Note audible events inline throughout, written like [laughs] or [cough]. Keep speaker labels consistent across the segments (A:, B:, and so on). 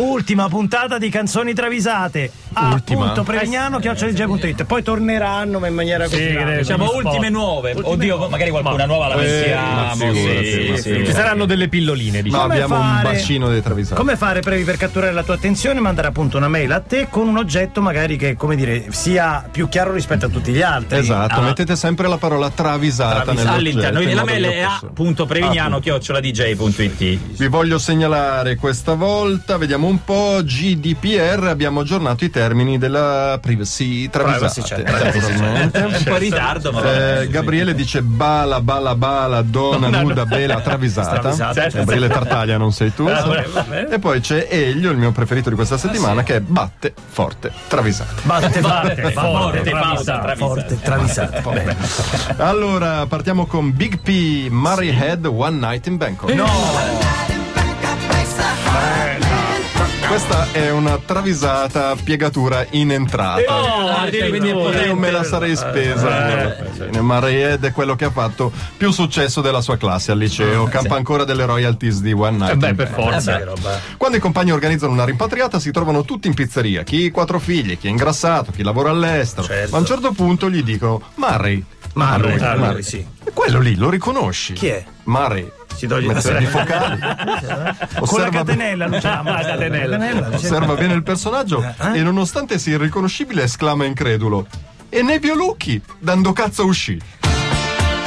A: Ultima puntata di canzoni travisate. A
B: Ultima?
A: punto Prevignano, chiocciolg.it. Poi torneranno ma in maniera così.
C: credo.
D: Diciamo
C: Spot.
D: ultime nuove. Oddio, magari qualcuna nuova la
B: ma
D: pensiamo.
B: figurati,
D: sì,
B: ma
D: sì.
B: figurati.
C: Ci saranno delle pilloline,
B: Ma
C: diciamo.
A: Come
B: abbiamo un
A: fare?
B: bacino dei travisati.
A: Come fare, Previ, per catturare la tua attenzione? Mandare appunto una mail a te con un oggetto magari che, come dire, sia più chiaro rispetto a tutti gli altri. Ah,
B: Esatto, mettete sempre la parola travisata, nell'oggetto,
D: All'interno,
B: in
D: quindi la
B: modo
D: mail
B: che
D: è
B: io possa-
D: a.prevignano dj.it.
B: Vi voglio segnalare questa volta, vediamo un po', GDPR, abbiamo aggiornato i termini della privacy
A: Privacy,
B: travisate.
A: cioè,
B: naturalmente.
D: Un po' in ritardo, ma vabbè.
B: esatto, Eh, Gabriele dice bala bala bala donna nuda bela travisata.
A: Travisata.
B: Gabriele Tartaglia non sei tu. E poi c'è Elio, il mio preferito di questa settimana, che è batte forte travisata.
A: Batte, batte,
D: forte,
A: forte, travisate,
D: pausa, travisate.
A: forte, travisate. Bene.
B: [laughs] Allora, partiamo con Big P, Murray Head, One Night in Bangkok. No! Questa è una travisata piegatura in entrata. Io me la sarei spesa. Eh, Murray Head è quello che ha fatto più successo della sua classe al liceo. Campa ancora delle royalties di One Night. in
C: Beh,
B: Bangkok.
C: per forza.
B: Quando i compagni organizzano una rimpatriata si trovano tutti in pizzeria, chi ha quattro figli, chi è ingrassato, chi lavora all'estero. Ma a un certo punto gli dicono Murray.
A: Murray, Murray, sì.
B: E Quello lì lo riconosci.
A: Chi è?
B: Murray.
A: Si toglie la
B: Mette di
A: [laughs]
B: focali.
A: Con la
B: [laughs] Osserva,
A: catenella, Luciano.
C: Ah, la
A: Catenella,
C: catenella.
A: diciamo. Luciano.
B: osserva bene il personaggio
A: Eh?
B: e nonostante sia irriconoscibile esclama incredulo. E Nevio Lucchi, dando cazzo uscì. [laughs]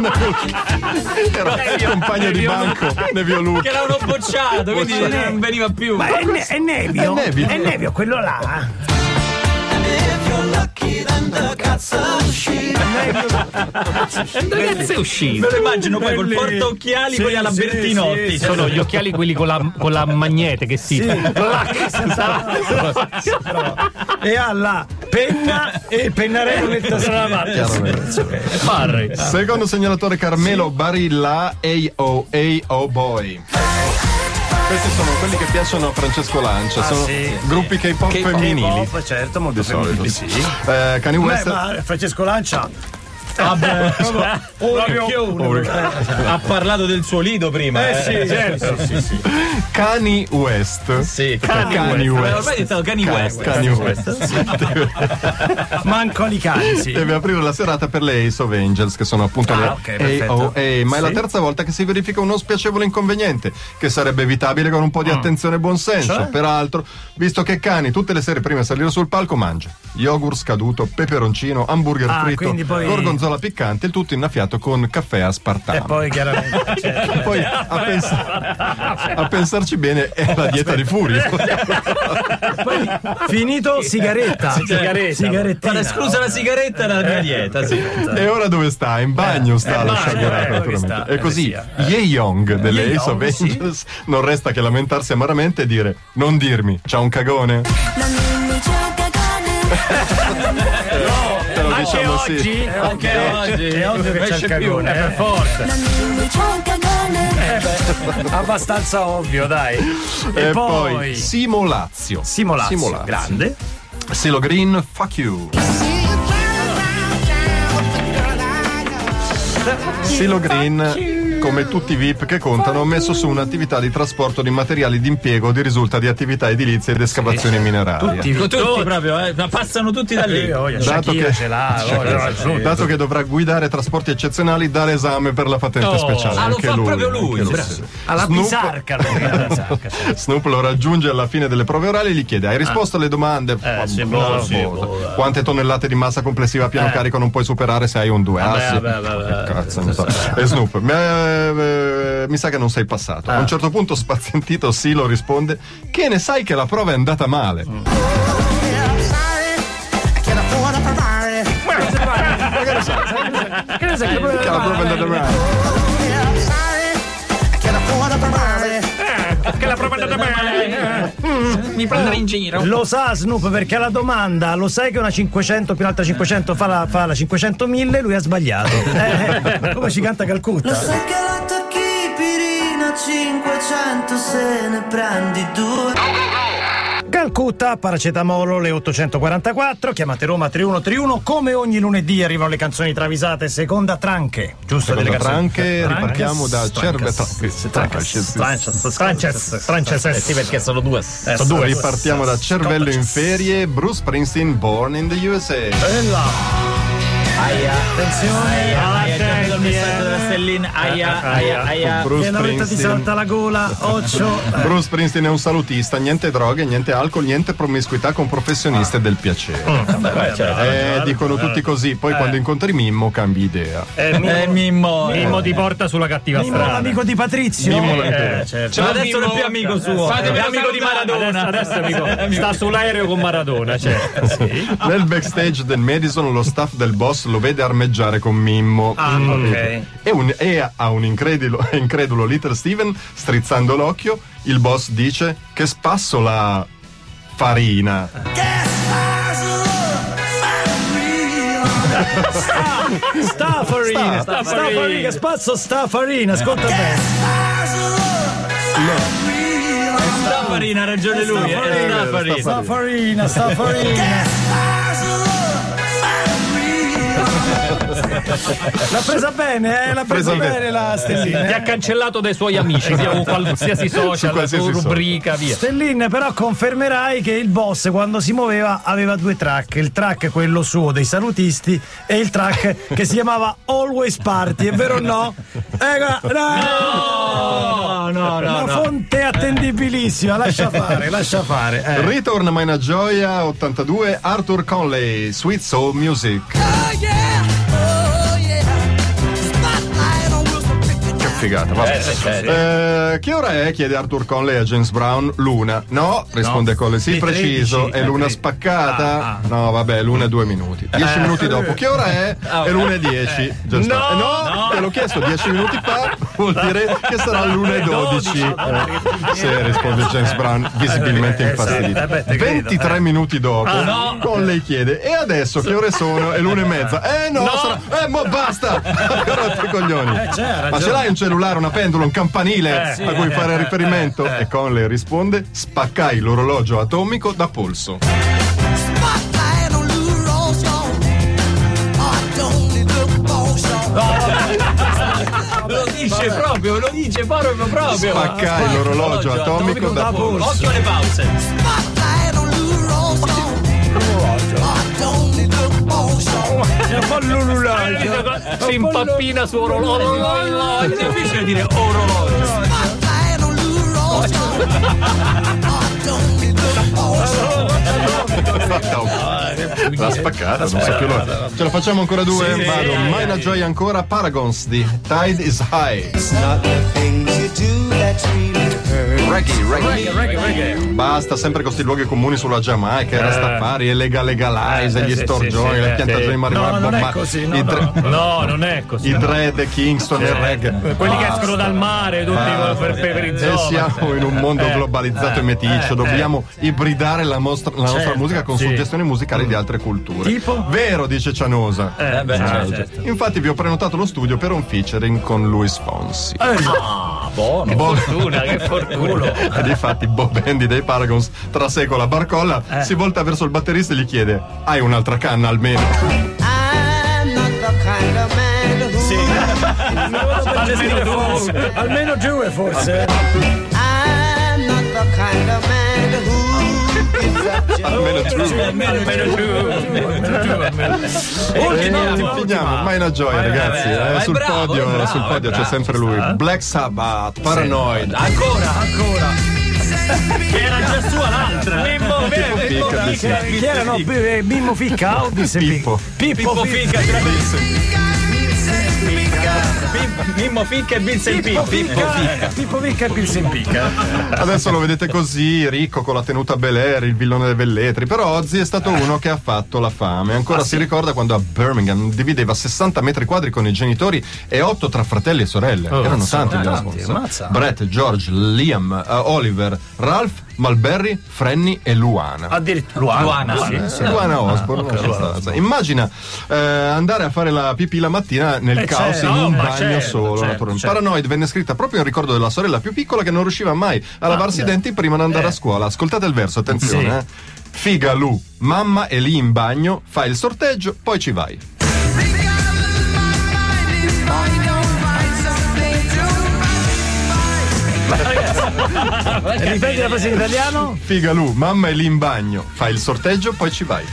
B: Era il compagno di banco, Nevio Lucchi.
D: Che era uno bocciato, quindi
B: Bocciato.
D: non veniva più.
A: Ma è, ne- è Nevio?
B: È Nevio.
A: quello là.
C: Ragazzi, è uscito.
D: Me lo immagino poi col
A: Belli.
D: portaocchiali
A: Sì,
D: poi alla
A: sì,
D: Bertinotti.
A: sì, sì.
C: Sono gli occhiali quelli con la, con la magnete che si.
A: E ha la penna e il pennarello nel tassello.
B: Chiaramente.
C: Barri.
B: Secondo segnalatore Carmelo Barilla AO AO Boy. Questi sono quelli che piacciono a Francesco Lancia, sono
A: sì,
B: gruppi K-pop femminili.
A: Pop, certo, molto
B: Di solito.
A: femminili,
B: Sì.
A: sì.
B: Eh, Kanye
A: Beh,
B: West.
A: ma Francesco Lancia Ah, eh, cioè,
C: Vabbè,
D: Ha parlato del suo lido prima. Eh,
A: sì, certo.
B: Kanye West.
D: Sì,
B: Kanye
D: Kanye
B: West.
D: West. Ormai è stato Kanye West.
B: Kanye West.
A: manco li cani, sì.
B: Deve aprire la serata per le Ace of Angels, che sono appunto le
A: Ah, ok, perfetto.
B: AOA. Ma è la terza volta che si verifica uno spiacevole inconveniente, che sarebbe evitabile con un
A: Mm.
B: po' di attenzione e buonsenso.
A: Cioè?
B: Peraltro, visto che Cani tutte le sere prima di salire sul palco mangia yogurt scaduto, peperoncino, hamburger
A: Ah,
B: fritto,
A: quindi poi-
B: gorgonzola piccante, il tutto innaffiato con caffè aspartame.
A: E poi chiaramente cioè,
B: Poi, a,
A: [laughs]
B: pens- a pensarci bene è la dieta di Furio.
A: finito sigaretta.
C: Sigaretta.
A: Sigarettina.
D: Guarda, scusa la sigaretta dalla mia dieta, sì.
B: E ora dove sta? In bagno sta lo sciagurato,
A: eh,
B: naturalmente.
A: sta,
B: E così, Ye Young delle
A: Ye
B: Ace of
A: Young, sì.
B: Angels non resta che lamentarsi amaramente e dire: Non dirmi, c'ha un cagone.
E: 넌 이미 죽어가는
A: Eh,
B: Te lo diciamo sì. Eh,
C: oggi?
D: Anche oggi.
A: È ovvio che c'è il cagone, eh.
E: 넌 이미 죽어가는
A: abbastanza ovvio, dai.
B: E,
A: E,
B: poi,
A: poi
B: Simolazio.
A: Simolazio,
B: Simolazio.
A: grande.
B: Silo Green, fuck you. Silo Green, come tutti i VIP che contano, ha messo su un'attività di trasporto di materiali di impiego di risulta di attività edilizie ed escavazioni minerarie.
D: Tutti proprio, eh, ma passano tutti da lì.
A: Io, io,
B: Dato
A: Shakira
B: che-
A: ce
B: [laughs]
A: l'ha, oh, no,
B: Dato che dovrà guidare trasporti eccezionali, dà l'esame per la patente speciale.
D: ah, lo
B: Anche
D: fa proprio
B: anche
D: lui, bravo.
B: sì.
A: alla
B: Snoop-
A: pisarca. lui, alla pisarca.
B: Snoop lo raggiunge alla fine delle prove orali e gli chiede: Hai risposto alle domande? Ma-
C: sì,
B: no,
C: boh, sì,
B: boh. Quante tonnellate di massa complessiva a piano carico non puoi superare se hai un 2? Ah, sì. Che cazzo, non so. E Snoop, "Ma, eh, mi sa che non sei passato. A un certo punto, spazientito, Silo risponde: Che ne sai che la prova è andata male? Che la prova è andata male.
D: Mi prendono in giro.
A: Lo sa Snoop perché alla domanda lo sai che una 500 più un'altra 500 fa la, fa la 500 1000 lui ha sbagliato. Eh, come ci canta
F: Lo
A: Calcutta.
F: sai che la tocchi pirina 500 se ne prendi due
A: Calcutta, paracetamolo, le 844, chiamate Roma 3131, come ogni lunedì arrivano le canzoni travisate, seconda tranche, giusto?
B: Seconda
A: delle canzoni?
B: tranche,
A: Tranches,
B: ripartiamo da Cerve
A: Tranches,
B: Tranches.
A: Tranches,
B: Tranches.
A: Tranches, Tranches, Tranches,
D: Sì, perché sono due.
A: Eh,
B: Sono due,
A: due.
B: ripartiamo da Cervello in ferie, Bruce Springsteen, Born in the USA.
A: Bella. Attenzione,
D: Aia, già vedo il
C: Attenti,
D: messaggio
C: eh.
D: della Stellina. Aia,
C: Ah,
D: aia,
C: ah,
D: aia.
B: Bruce
A: che la vetta ti
B: Springsteen.
A: salta la gola, occio. Eh,
B: Bruce Springsteen è un salutista, niente droghe, niente alcol, niente promiscuità con professionisti del piacere.
D: Ah. Vabbè, vabbè, certo.
B: Eh, dicono tutti così, poi quando incontri Mimmo cambi idea.
C: Eh, Mimmo-
D: Eh, Mimmo.
C: Mimmo ti porta
D: [laughs]
C: sulla cattiva
A: Mimmo
C: strada.
A: l'amico di Patrizio.
B: Mimmo
A: Eh, certo.
D: Ma adesso non è più amico suo.
C: Fatemi
D: È amico di
C: salutare.
D: Maradona.
C: Adesso, adesso, amico, sta sull'aereo con Maradona, cioè. Sì.
B: [laughs] Nel backstage del Madison lo staff del boss lo vede armeggiare con Mimmo. Mm.
D: ok.
B: E, un- e a un incredulo, [laughs] incredulo Little Steven, strizzando l'occhio, il boss dice che spasso la farina.
A: Staffarina, Staffarina, che spazzo Staffarina, ascolta bene.
D: Staffarina ha ragione lui. eh, Staffarina.
A: Staffarina, Staffarina. [laughs] L'ha presa bene, eh? L'ha presa
B: Presa bene.
A: bene la stellina.
C: Ti ha cancellato dai suoi amici, sia con qualsiasi
B: Su
C: social,
B: qualsiasi
C: su
B: social.
C: rubrica, via.
A: Stellin, però confermerai che il boss quando si muoveva aveva due track, il track quello suo dei salutisti e il track che si chiamava Always Party, è vero o no? Eh, guarda- no!
D: no, no,
A: Una
D: no.
A: fonte attendibilissima,
D: [laughs]
A: lascia fare, lascia fare. eh.
B: Return a Mina Gioia 82 Arthur Conley Sweet Soul Music Che figata, vabbè.
D: Eh, sì, sì.
B: Eh, che ora è? chiede Arthur Conley a James Brown. Luna. No, risponde Conley. Sì, eh,
A: Le
B: preciso.
A: 13,
B: è
A: le
B: luna
A: 13.
B: spaccata. No, vabbè, luna e due minuti. Dieci minuti dopo. Che ora è? È l'una e dieci. James
C: No,
B: Brown. Eh, Ah, no, te l'ho chiesto dieci minuti fa. Vuol [laughs] dire che sarà l'una e dodici. Eh, sì, risponde James Brown, visibilmente infastidito.
A: eh, beh, te credo,
B: 23 minuti dopo. Conley chiede. E adesso che ore sono? È l'una e mezza. Eh no, sarà. Eh, mo basta! Rotti i coglioni. Ma ce l'hai un cellulare, una pentola, un campanile a cui fare riferimento? E Conley risponde: Spaccai l'orologio atomico da polso.
D: Lo dice proprio, lo dice proprio proprio.
B: Spaccai l'orologio atomico da polso.
D: Occhio alle pause.
A: È un po' l'ululante.
C: Si impappina su orologio.
D: È difficile dire orologio.
B: La spaccata, non so più l'ora. Ce la facciamo ancora due? Vado. Mai la gioia ancora. Paragons di Tide is High. Reggae, reggae. Basta sempre con questi luoghi comuni sulla Giamaica, era Rastafari, e Lega Legalize,
C: Eh,
B: gli
C: sì,
B: storgioni,
C: sì, sì,
B: le
C: eh,
B: piantagioni
C: sì.
B: marijuana,
A: No, non
B: Bob
A: è
B: Marley,
A: così, no,
B: i dre-
C: No, non è così.
B: i dread Kingston e il reggae.
C: Eh, Quelli che escono dal mare, tutti
B: Ah,
C: con- per Eh,
B: E siamo
C: peperizzare.
B: in un mondo globalizzato e
C: eh,
B: meticcio, dobbiamo ibridare la, mostra- la nostra musica con
C: Certo, sì. Mm.
B: suggestioni musicali di altre culture.
A: Tipo?
B: Vero, dice Cianosa.
D: Eh, beh,
B: Ah,
D: certo.
B: certo. Infatti vi ho prenotato lo studio per un featuring con Luis Fonsi.
D: Buono.
B: Bob-
C: Fortuna, Eh,
B: [laughs]
C: che fortuna.
B: E difatti Bob Andy dei Paragons, tra seco la barcolla,
C: Eh.
B: si volta verso il batterista e gli chiede Hai un'altra canna almeno?
A: Almeno due, almeno due forse.
B: almeno true.
A: Ultima,
B: E finiamo, mai una gioia ragazzi.
D: eh,
B: Eh,
D: ma è
B: sul,
D: bravo,
B: podio,
D: è bravo, eh.
B: sul
D: è
B: podio c'è
D: bravo,
B: sempre lui. Black Sabbath, Paranoid,
D: Ancora, ancora. Che era già sua l'altra. Mimmo, vero,
B: Pippo Fica, sì.
A: Chi era? No, eh, Mimmo Ficca, Elvis e
B: Pippo.
A: Pippo
D: Pippo
A: Ficca.
D: Fica, tra- Pip- Mimmo Ficca e Vincent Pippo. Pippo Fica.
A: Pippo Ficca e Pilsen Picca.
B: Adesso lo vedete così, ricco con la tenuta Bel Air, il villone dei Velletri, però Ozzy è stato uno che ha fatto la fame.
D: Ah,
B: Ancora si ricorda quando a Birmingham divideva 60 metri quadri con i genitori e 8 tra fratelli e
D: Oh, eh,
B: sorelle. Erano tanti gli
A: tanti,
B: Osbourne.
A: ammazza.
B: Brett, George, Liam, eh, Oliver, Ralph, Malberry, Frenny e Luana.
A: Addirittura.
F: Luana.
A: Ah,
B: Luana, Luana Osborne, in sostanza. Immagina eh, andare a fare la pipì la mattina nel
A: Eh,
B: caos
A: certo,
B: in un
A: ma
B: bagno
A: certo,
B: solo.
A: certo,
B: naturalmente.
A: certo.
B: Paranoid venne scritta proprio in ricordo della sorella più piccola che non riusciva mai
A: Ah,
B: a lavarsi i denti prima di
A: Eh.
B: andare a scuola. Ascoltate il verso, attenzione. eh. Figa Lu, mamma è lì in bagno, fai il sorteggio, poi ci vai.
A: Ripeti la frase in italiano?
B: Figa Lu, mamma è lì in bagno, fai il sorteggio, poi ci vai.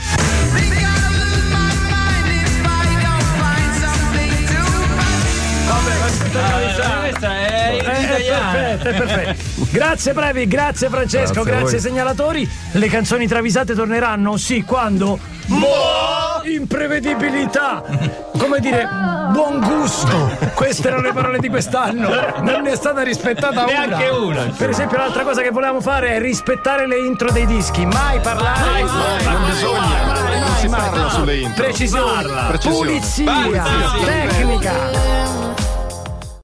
F: Questa è in italiano.
A: Perfetto, è perfetto. Grazie bravi, grazie Francesco,
B: Grazie a
A: grazie,
B: voi.
A: ai segnalatori. Le canzoni travisate torneranno, sì, quando? Boh! Imprevedibilità! Come dire, buon gusto! Queste erano le parole di quest'anno. Non ne è stata rispettata
C: Neanche una, insomma.
A: Per esempio, l'altra cosa che volevamo fare è rispettare le intro dei dischi. Mai parlare.
B: Non bisogna, non si parla sulle intro.
A: Precisione,
B: Precisione.
A: pulizia, tecnica.